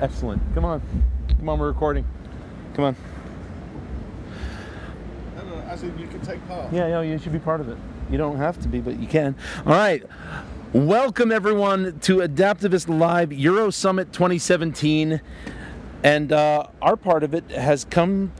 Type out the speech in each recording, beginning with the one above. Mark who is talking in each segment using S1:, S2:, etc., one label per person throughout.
S1: Excellent. Come on. Come on, we're recording. Come on.
S2: No, no, as in you can take part.
S1: Yeah, yeah, you should be part of it. You don't have to be, but you can. All right. Welcome, everyone, to Adaptivist Live Euro Summit 2017. And uh, our part of it has come,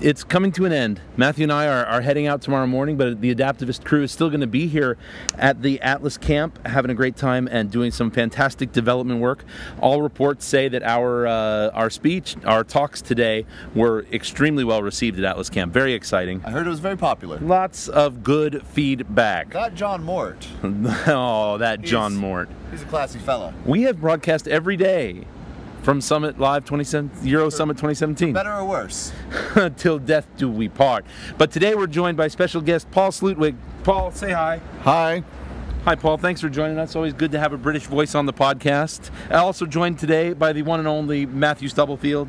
S1: it's coming to an end. Matthew and I are, are heading out tomorrow morning, but the Adaptivist crew is still going to be here at the Atlas Camp, having a great time and doing some fantastic development work. All reports say that our, uh, our speech, our talks today were extremely well received at Atlas Camp. Very exciting.
S2: I heard it was very popular.
S1: Lots of good feedback.
S2: That John Mort,
S1: oh, that John
S2: He's-
S1: Mort.
S2: he's a classy fella.
S1: We have broadcast every day from Summit Live 27 Euro Summit 2017
S2: Better or worse?
S1: until death do we part. But today we're joined by special guest Paul Slutwig. Paul, say hi.
S2: Hi.
S1: Hi, Paul. Thanks for joining us. Always good to have a British voice on the podcast. I also joined today by the one and only Matthew Stubblefield.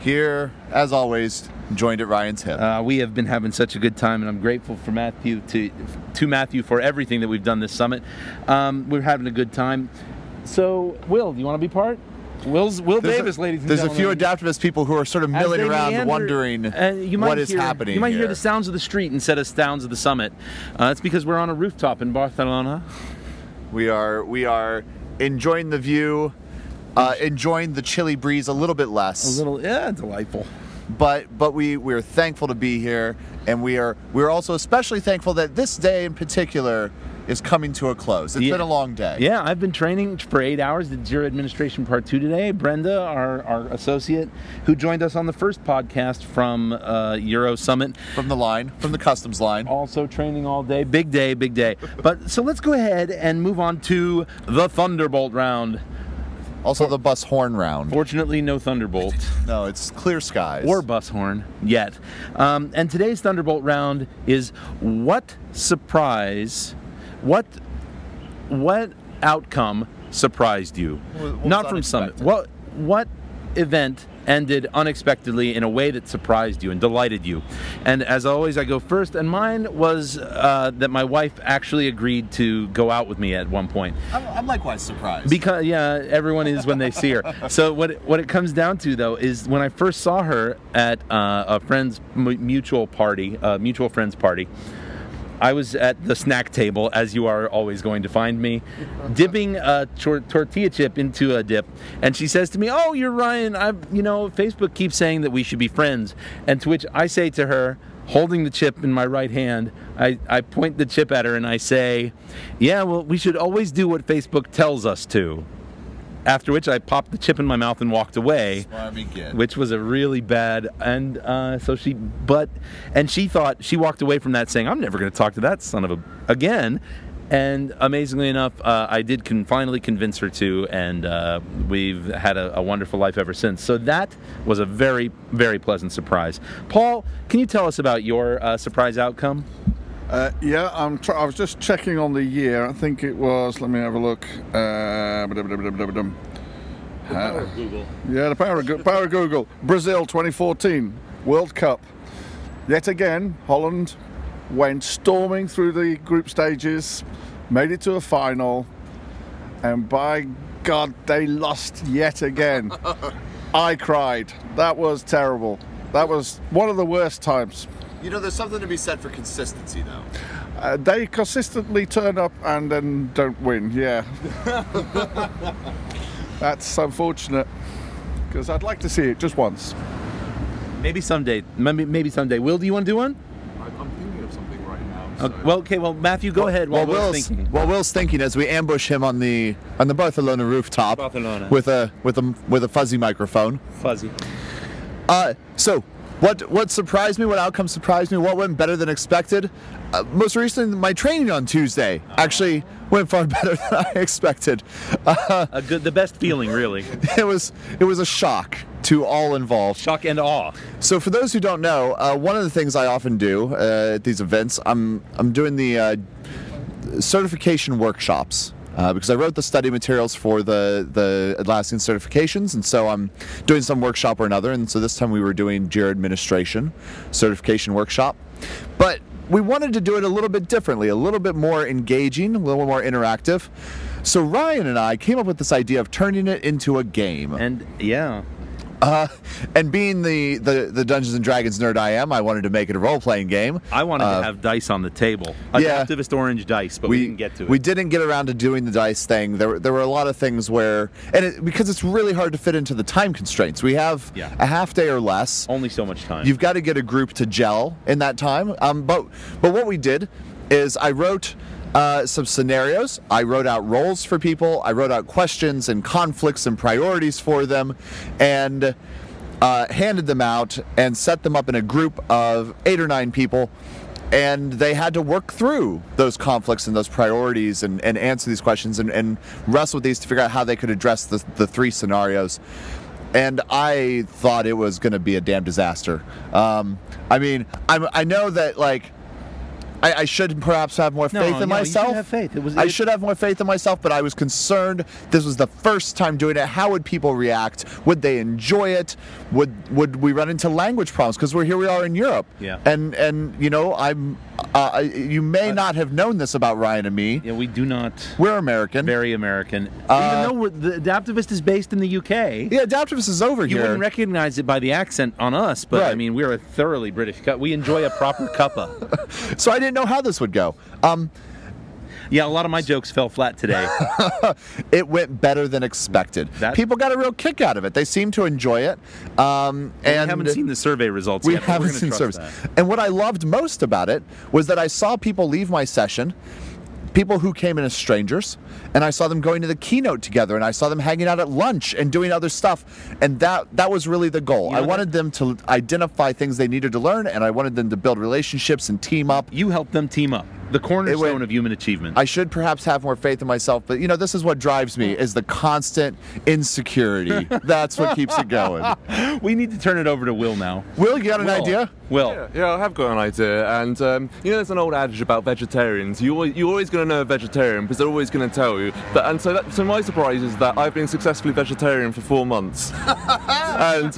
S2: Here, as always, joined at Ryan's hip.
S1: Uh, we have been having such a good time, and I'm grateful for Matthew to to Matthew for everything that we've done this summit. Um, we're having a good time. So, Will, do you want to be part? Will's Will
S2: There's a-
S1: Davis, ladies and
S2: There's a
S1: gentlemen.
S2: few adaptivist people who are sort of
S1: As
S2: milling
S1: they
S2: around,
S1: meander-
S2: wondering
S1: uh, you might
S2: what is
S1: hear-
S2: happening.
S1: You might
S2: here.
S1: hear the sounds of the street instead of sounds of the summit. Uh, that's because we're on a rooftop in Barcelona.
S2: We are we are enjoying the view, uh, enjoying the chilly breeze a little bit less.
S1: A little, yeah, delightful.
S2: but but we we're thankful to be here and we are we're also especially thankful that this day in particular is coming to a close It's
S1: Yeah.
S2: been a long day
S1: Yeah, I've been training for eight hours. Did Zero Administration Part Two today. Brenda, our, our associate, who joined us on the first podcast from uh, Euro Summit,
S2: from the line from the customs line
S1: also training all day. Big day, big day. But so let's go ahead and move on to the Thunderbolt round.
S2: also the bus horn round
S1: Fortunately, no Thunderbolt
S2: no it's clear skies
S1: or bus horn yet. Um, and today's Thunderbolt round is what surprise, what, what outcome surprised you?
S2: What- what
S1: Not
S2: was
S1: from Summit.
S2: unexpected?
S1: What what event ended unexpectedly in a way that surprised you and delighted you? And as always, I go first. And mine was uh, that my wife actually agreed to go out with me at one point.
S2: I'm, I'm likewise surprised
S1: Because yeah, everyone is when they see her. So what it, what it comes down to though is when I first saw her at uh, a friend's mu- mutual party, uh, mutual friends party. I was at the snack table, as you are always going to find me, dipping a tor- tortilla chip into a dip, and she says to me, "Oh, you're Ryan. I, have you know, Facebook keeps saying that we should be friends." And to which I say to her, holding the chip in my right hand, I, I point the chip at her and I say, "Yeah, well, we should always do what Facebook tells us to." After which I popped the chip in my mouth and walked away
S2: Army kid.
S1: which was a really bad and uh, so she but and she thought she walked away from that saying i'm never going to talk to that son of a again and amazingly enough uh, i did can finally convince her to and uh, we've had a, a wonderful life ever since so that was a very very pleasant surprise paul can you tell us about your uh, surprise outcome
S3: Uh, yeah, I'm tr- I was just checking on the year. I think it was. Let me have a look. Uh, ba-dum-ba-dum-ba-dum-ba-dum. Uh, yeah, the power of, Goo- power of Google. Brazil 2014 World Cup. Yet again, Holland went storming through the group stages, made it to a final, and by God, they lost yet again. I cried. That was terrible. That was one of the worst times.
S2: you know there's something to be said for consistency though
S3: Uh, they consistently turn up and then don't win. Yeah, that's unfortunate because I'd like to see it just once.
S1: maybe someday maybe, maybe someday will do you want to do one
S4: I'm thinking of something right now.
S1: okay, well okay well matthew go ahead while we're
S2: will's
S1: thinking
S2: while will's thinking as we ambush him on the on the barcelona rooftop
S1: Barcelona.
S2: with a with a with a fuzzy microphone
S1: fuzzy
S2: Uh, so, what what surprised me? What outcome surprised me? What went better than expected? Uh, most recently, my training on Tuesday actually went far better than I expected. Uh,
S1: a good the best feeling really
S2: it was it was a shock to all involved.
S1: shock and awe
S2: So, for those who don't know, uh, one of the things I often do uh, at these events, I'm I'm doing the uh, certification workshops uh, because I wrote the study materials for the the Atlassian certifications, and so I'm doing some workshop or another. And so this time we were doing Jira administration certification workshop, but we wanted to do it a little bit differently, a little bit more engaging, a little more interactive. So Ryan and I came up with this idea of turning it into a game.
S1: And yeah,
S2: Uh, and being the, the, the Dungeons and Dragons nerd I am, I wanted to make it a role playing game.
S1: I wanted
S2: Uh,
S1: to have dice on the table.
S2: yeah.
S1: Adaptivist orange dice, but we, didn't get to it.
S2: We didn't get around to doing the dice thing. There, were- there were a lot of things where, and it, because it's really hard to fit into the time constraints, we have
S1: Yeah.
S2: a half day or less.
S1: Only so much time.
S2: You've got to get a group to gel in that time. Um, but but what we did is I wrote uh, some scenarios. I wrote out roles for people. I wrote out questions and conflicts and priorities for them, and uh, handed them out and set them up in a group of eight or nine people. And they had to work through those conflicts and those priorities and, and answer these questions and, and wrestle with these to figure out how they could address the, the three scenarios and I thought it was going to be a damn disaster. Um, I mean, I'm, I know that like I, I should perhaps have more
S1: No,
S2: faith
S1: no,
S2: in
S1: you
S2: myself.
S1: should have faith. It was-
S2: I
S1: it-
S2: should have more faith in myself, but I was concerned. This was the first time doing it. How would people react? Would they enjoy it? Would would we run into language problems? Because we're here, we are in Europe.
S1: Yeah.
S2: And and you know, I'm. Uh, I- you may not have known this about Ryan and me.
S1: yeah, we do not.
S2: We're American.
S1: Very American.
S2: Uh,
S1: Even though we're, the Adaptivist is based in the UK,
S2: yeah, Adaptivist is over
S1: you
S2: here.
S1: wouldn't recognize it by the accent on us, but I
S2: Right.
S1: mean, we're a thoroughly British cut. We enjoy a proper cuppa.
S2: so I didn't know how this would go. Um,
S1: Yeah, a lot of my jokes fell flat today.
S2: it went better than expected.
S1: That-
S2: People got a real kick out of it. They seem to enjoy it. Um, and
S1: we haven't seen the survey results
S2: we
S1: yet. but we're
S2: haven't
S1: gonna
S2: seen
S1: trust
S2: service. And what I loved most about it was that I saw people leave my session. People who came in as strangers, and I saw them going to the keynote together, and I saw them hanging out at lunch and doing other stuff, and that that was really the goal.
S1: You know
S2: I
S1: that-
S2: wanted them to identify things they needed to learn, and I wanted them to build relationships and team up.
S1: that. You helped them team up. The cornerstone
S2: went-
S1: of human achievement.
S2: I should perhaps have more faith in myself, but you know, this is what drives me is the constant insecurity. That's what keeps it going.
S1: we need to turn it over to Will now.
S2: Will, you got an
S1: Will.
S2: idea?
S1: Will.
S4: Yeah, yeah, I have got an idea, and um, you know, there's an old adage about vegetarians. You always, you're always going to know a vegetarian because they're always going to tell you. But and so, that, so my surprise is that I've been successfully vegetarian for four months, and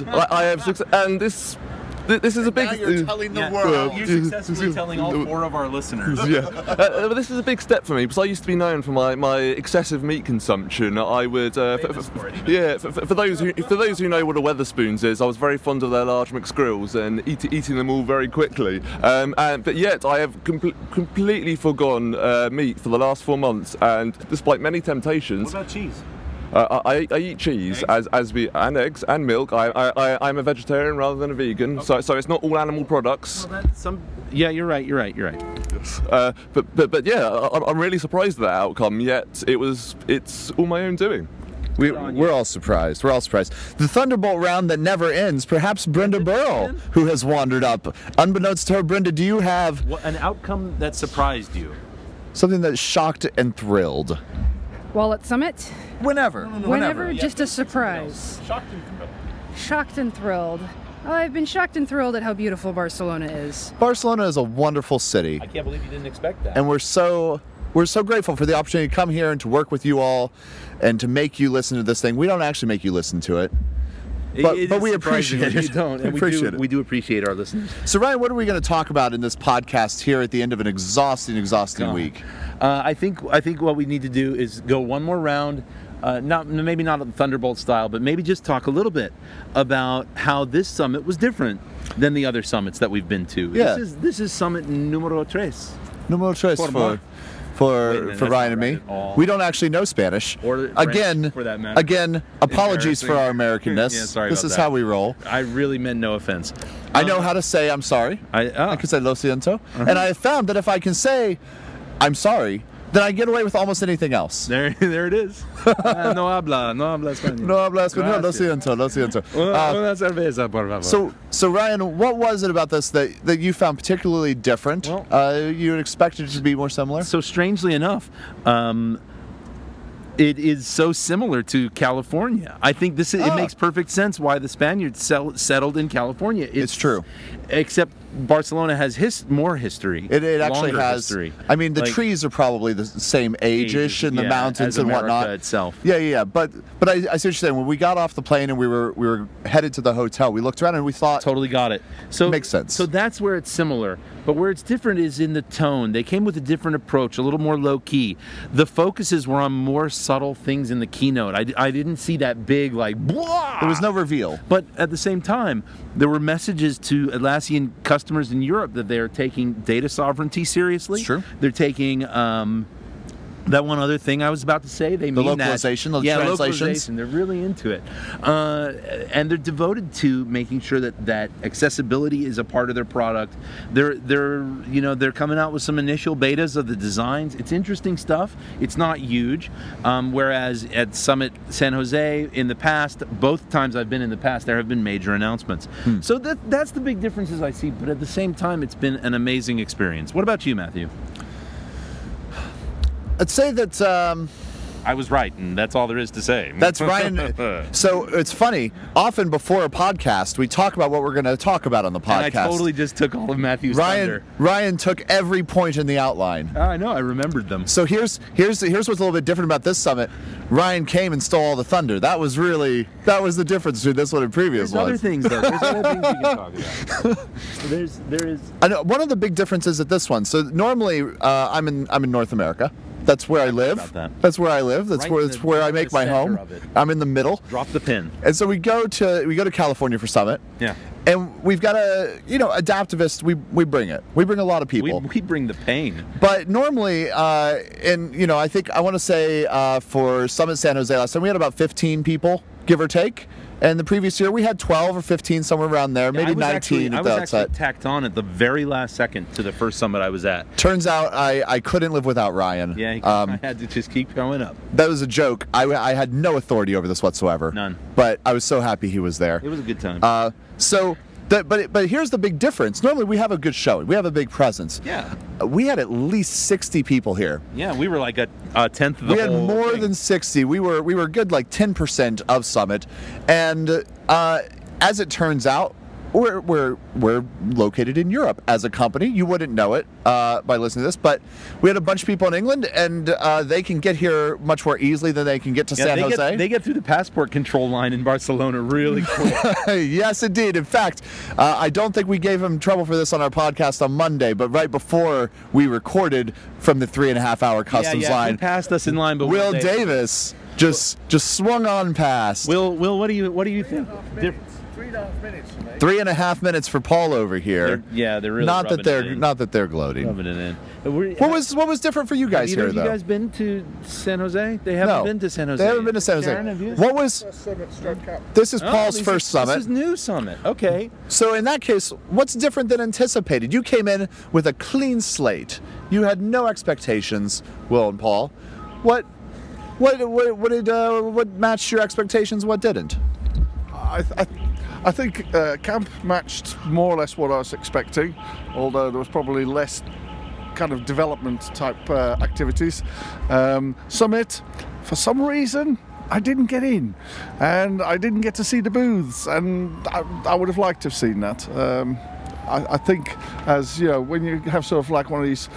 S4: I, I have success. And this, th- this is a big.
S2: telling
S1: Yeah. You're successfully telling all four of our listeners.
S4: yeah. Uh, but this is a big step for me because I used to be known for my, my excessive meat consumption. I would, uh, for,
S1: Famous for it, even.
S4: yeah, for, for for those who for those who know what a Weatherspoons is, I was very fond of their large McSkrills and eat, eating them all very quickly. Um, and, but yet, I have comple- completely forgone uh, meat for the last four months, and despite many temptations,
S1: cheese?
S4: uh, I, I- I eat cheese as as we and eggs and milk. I, I, I I'm a vegetarian rather than a vegan, so so it's not all animal products.
S1: Some, yeah, you're right. You're right. You're right.
S4: Uh, but, but but yeah, I, I'm- I'm really surprised at that outcome. Yet it was it's all my own doing.
S2: We, we're all surprised. We're all surprised. The Thunderbolt round that never ends. Perhaps Brenda Burl, who has wandered up. Unbeknownst to her, Brenda, do you have
S1: What, an outcome that surprised you.
S2: something that shocked and thrilled?
S5: Wallet Summit.
S2: Whenever.
S5: Whenever, just a surprise. Shocked and thrilled. Oh, I've been shocked and thrilled at how beautiful Barcelona is.
S2: Barcelona is a wonderful city.
S1: I can't believe you didn't expect that.
S2: and we're so we're so grateful for the opportunity to come here and to work with you all and to make you listen to this thing. We don't actually make you listen to it. but-
S1: is
S2: but we
S1: surprising
S2: appreciate
S1: when
S2: it.
S1: You don't.
S2: We
S1: And we,
S2: appreciate
S1: do,
S2: it.
S1: we do appreciate our listeners.
S2: So Ryan, what are we going to talk about in this podcast here at the end of an exhausting, exhausting week?
S1: Uh, I think I think what we need to do is go one more round. Uh, not maybe not Thunderbolt style, but maybe just talk a little bit about how this summit was different than the other summits that we've been to.
S2: Yeah.
S1: This is this is summit numero tres.
S2: Numero tres
S1: For
S2: for
S1: moi.
S2: for,
S1: Wait a minute,
S2: for
S1: that's
S2: Ryan
S1: not
S2: and
S1: right
S2: me.
S1: at all.
S2: We don't actually know Spanish.
S1: Or French,
S2: again,
S1: for that matter.
S2: again, apologies for our Americanness.
S1: Yeah, sorry
S2: this
S1: about
S2: is
S1: that. Um,
S2: how we roll.
S1: I really meant no offense.
S2: I know how to say I'm sorry.
S1: I- ah.
S2: I can say lo siento, and I have found that if I can say I'm sorry, then I get away with almost anything else.
S1: There, there it is. Ah, no habla, no habla español. Ah.
S2: No habla español, lo
S1: Gracias.
S2: siento, lo siento.
S1: Una,
S2: Uh,
S1: una cerveza, por favor.
S2: so, so Ryan, what was it about this that, that you found particularly different?
S1: Well-
S2: uh, you expected it to be more similar?
S1: So strangely enough, um, it is so similar to California. I think this it
S2: Ah.
S1: makes perfect sense why the Spaniards sell, settled in California.
S2: It's true.
S1: except Barcelona has his more history.
S2: It, it actually
S1: longer
S2: has.
S1: History.
S2: I mean, the
S1: Like,
S2: trees are probably the same age-ish
S1: Age,
S2: in the
S1: yeah,
S2: mountains
S1: as
S2: and
S1: America
S2: whatnot
S1: itself.
S2: Yeah, yeah, yeah. But but I, I see what you're saying. When we got off the plane and we were we were headed to the hotel, we looked around and we thought,
S1: Totally got it. So
S2: Makes sense.
S1: So that's where it's similar, but where it's different is in the tone. They came with a different approach, a little more low key. The focuses were on more subtle things in the keynote. I, I didn't see that big like blah.
S2: There was no reveal.
S1: But at the same time, there were messages to Atlassian customers in Europe that they are taking data sovereignty seriously.
S2: It's true.
S1: They're taking um, that one other thing I was about to say. They
S2: The
S1: mean that-
S2: localization, the
S1: yeah,
S2: translations.
S1: localization. They're really into it, uh, and they're devoted to making sure that that accessibility is a part of their product. They're they're you know they're coming out with some initial betas of the designs. It's interesting stuff. It's not huge. Um, whereas at Summit San Jose in the past, both times I've been in the past, there have been major announcements.
S2: Hmm.
S1: So that that's the big differences I see. But at the same time, it's been an amazing experience. What about you, Matthew?
S2: I'd say that um,
S1: I was right, and that's all there is to say.
S2: that's Ryan. uh, so it's funny. Often before a podcast, we talk about what we're going to talk about on the podcast.
S1: And I totally just took all of Matthew's
S2: Ryan
S1: thunder.
S2: Ryan took every point in the outline.
S1: Uh, I know, I remembered them.
S2: So here's here's here's what's a little bit different about this summit. Ryan came and stole all the thunder. That was really that was the difference between this one and previous
S1: There's other
S2: ones.
S1: things though. There's other things we can talk about. There's there is
S2: I know one of the big differences at this one. So normally uh, I'm in I'm in North America. That's where I live.
S1: about that.
S2: That's where I live. That's
S1: Right
S2: where
S1: in
S2: that's
S1: the-
S2: where I
S1: the
S2: make my
S1: center
S2: home.
S1: of it.
S2: I'm in the middle.
S1: drop the pin.
S2: And so we go to we go to California for summit.
S1: Yeah.
S2: And we've got a you know adaptivist. We we bring it. We bring a lot of
S1: We,
S2: people.
S1: we bring the pain.
S2: But normally, uh, and you know, I think I want to say uh, for Summit San Jose last time we had about 15 people, give or take. And the previous year we had 12 or 15, somewhere around there,
S1: I
S2: maybe
S1: was
S2: 19
S1: actually-
S2: at
S1: I
S2: the
S1: was actually
S2: outset.
S1: tacked on at the very last second to the first summit I was at.
S2: Turns out I, I couldn't live without Ryan.
S1: Yeah, I
S2: um,
S1: had to just keep going up.
S2: that was a joke. I, I had no authority over this whatsoever.
S1: None.
S2: But I was so happy he was there.
S1: It was a good time.
S2: Uh, so, the, but but here's the big difference. Normally we have a good showing, we have a big presence.
S1: yeah,
S2: We had at least 60 people here.
S1: yeah, we were like a, a tenth of the
S2: we had
S1: whole
S2: more
S1: thing.
S2: than 60 we were we were good like 10% of summit and uh, as it turns out we're, we're, we're located in Europe as a company. You wouldn't know it uh, by listening to this, but we had a bunch of people in England, and uh, they can get here much more easily than they can get to
S1: Yeah,
S2: San
S1: they
S2: Jose.
S1: Get, they get through the passport control line in Barcelona really quick.
S2: yes, indeed. In fact, uh, I don't think we gave him trouble for this on our podcast on Monday, but right before we recorded from the three and a half hour customs
S1: yeah, yeah,
S2: line,
S1: He passed us in line, but
S2: Will
S1: Davis.
S2: Davis just just swung on past.
S1: Will, Will, what do you what do you think? Diff-
S3: Three and a half minutes, mate.
S2: Three and a half minutes for Paul over here.
S1: They're- yeah, they're really
S2: not that
S1: rubbing
S2: they're
S1: it in.
S2: not that they're gloating.
S1: rubbing it in. But we're-
S2: What was what was different for you
S1: have
S2: guys
S1: either
S2: here
S1: of
S2: though?
S1: you guys been to San Jose? They haven't
S2: no,
S1: been to San Jose.
S2: They haven't been to San Jose.
S1: Sharon, have you?
S2: What was
S3: First summit struck up.
S2: this is
S1: Oh,
S2: Paul's
S1: this
S2: first
S1: is-
S2: summit.
S1: This is new summit. Okay.
S2: so in that case, what's different than anticipated? You came in with a clean slate. You had no expectations, Will and Paul. What what what, what did uh, what matched your expectations? What didn't?
S3: I, I, I think uh, camp matched more or less what I was expecting, although there was probably less kind of development type uh, activities. Um, summit, for some reason, I didn't get in, and I didn't get to see the booths, and I, I would have liked to have seen that. Um, I, I think, as you know, when you have sort of like one of these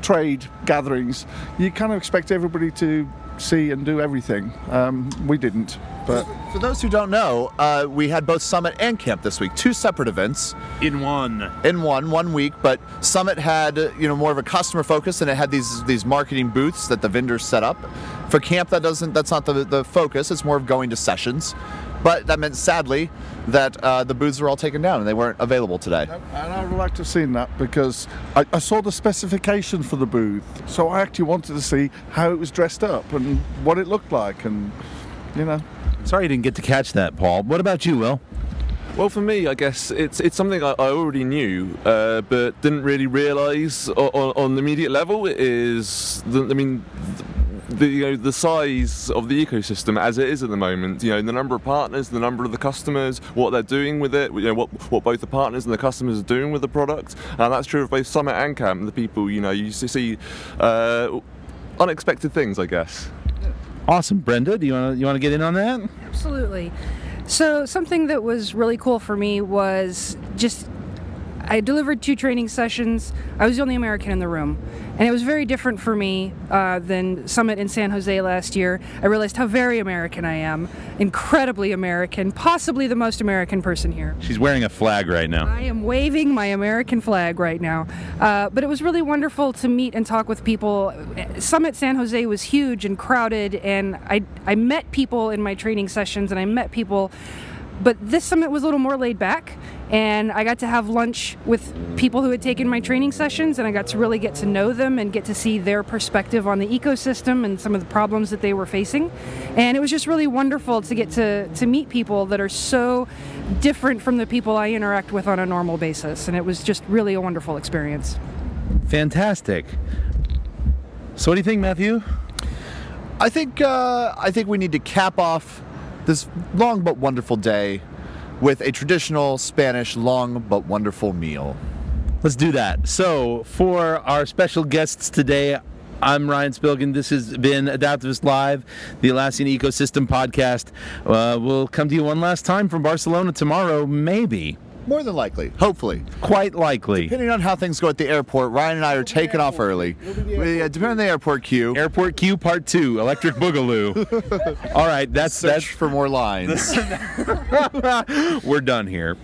S3: trade gatherings, you kind of expect everybody to see and do everything. Um, we didn't, but.
S2: For those who don't know, uh, we had both summit and camp this week, two separate events.
S1: In one.
S2: in one one week but summit had uh, you know more of a customer focus and it had these these marketing booths that the vendors set up for camp that doesn't that's not the, the focus it's more of going to sessions but that meant sadly that uh, the booths were all taken down and they weren't available today
S3: And I would like to have seen that because I, I saw the specification for the booth, so I actually wanted to see how it was dressed up and what it looked like, and you know.
S1: Sorry you didn't get to catch that, Paul. What about you, Will?
S4: Well, for me, I guess it's it's something I, I already knew, uh, but didn't really realise on, on the immediate level. Is the, I mean, the you know the size of the ecosystem as it is at the moment. You know, the number of partners, the number of the customers, what they're doing with it. You know, what what both the partners and the customers are doing with the product, and that's true of both Summit and Camp. The people, you know, you s- see uh, unexpected things, I guess.
S1: Awesome, Brenda. Do you want to you want to get in on that?
S5: Absolutely. So, something that was really cool for me was just I delivered two training sessions. I was the only American in the room, and it was very different for me uh, than Summit in San Jose last year. I realized how very American I am, incredibly American, possibly the most American person here.
S1: She's wearing a flag right now.
S5: I am waving my American flag right now. Uh, but it was really wonderful to meet and talk with people. Summit San Jose was huge and crowded, and I, I met people in my training sessions and I met people. But this summit was a little more laid back, and I got to have lunch with people who had taken my training sessions, and I got to really get to know them and get to see their perspective on the ecosystem and some of the problems that they were facing. And it was just really wonderful to get to, to meet people that are so different from the people I interact with on a normal basis. And it was just really a wonderful experience.
S1: Fantastic. So, what do you think, Matthew?
S2: I think uh, I think we need to cap off this long but wonderful day with a traditional Spanish long but wonderful meal.
S1: Let's do that. So, for our special guests today, I'm Ryan Spilkin. This has been Adaptivist Live, the Alassian Ecosystem Podcast. Uh, we'll come to you one last time from Barcelona tomorrow, maybe.
S2: More than likely, hopefully.
S1: Quite likely.
S2: Depending on how things go at the airport, Ryan and I are taking off early. We, uh, depending on the airport queue.
S1: Airport Q Part 2, Electric Boogaloo. All right, that's
S2: Search for more lines.
S1: that's we're done here.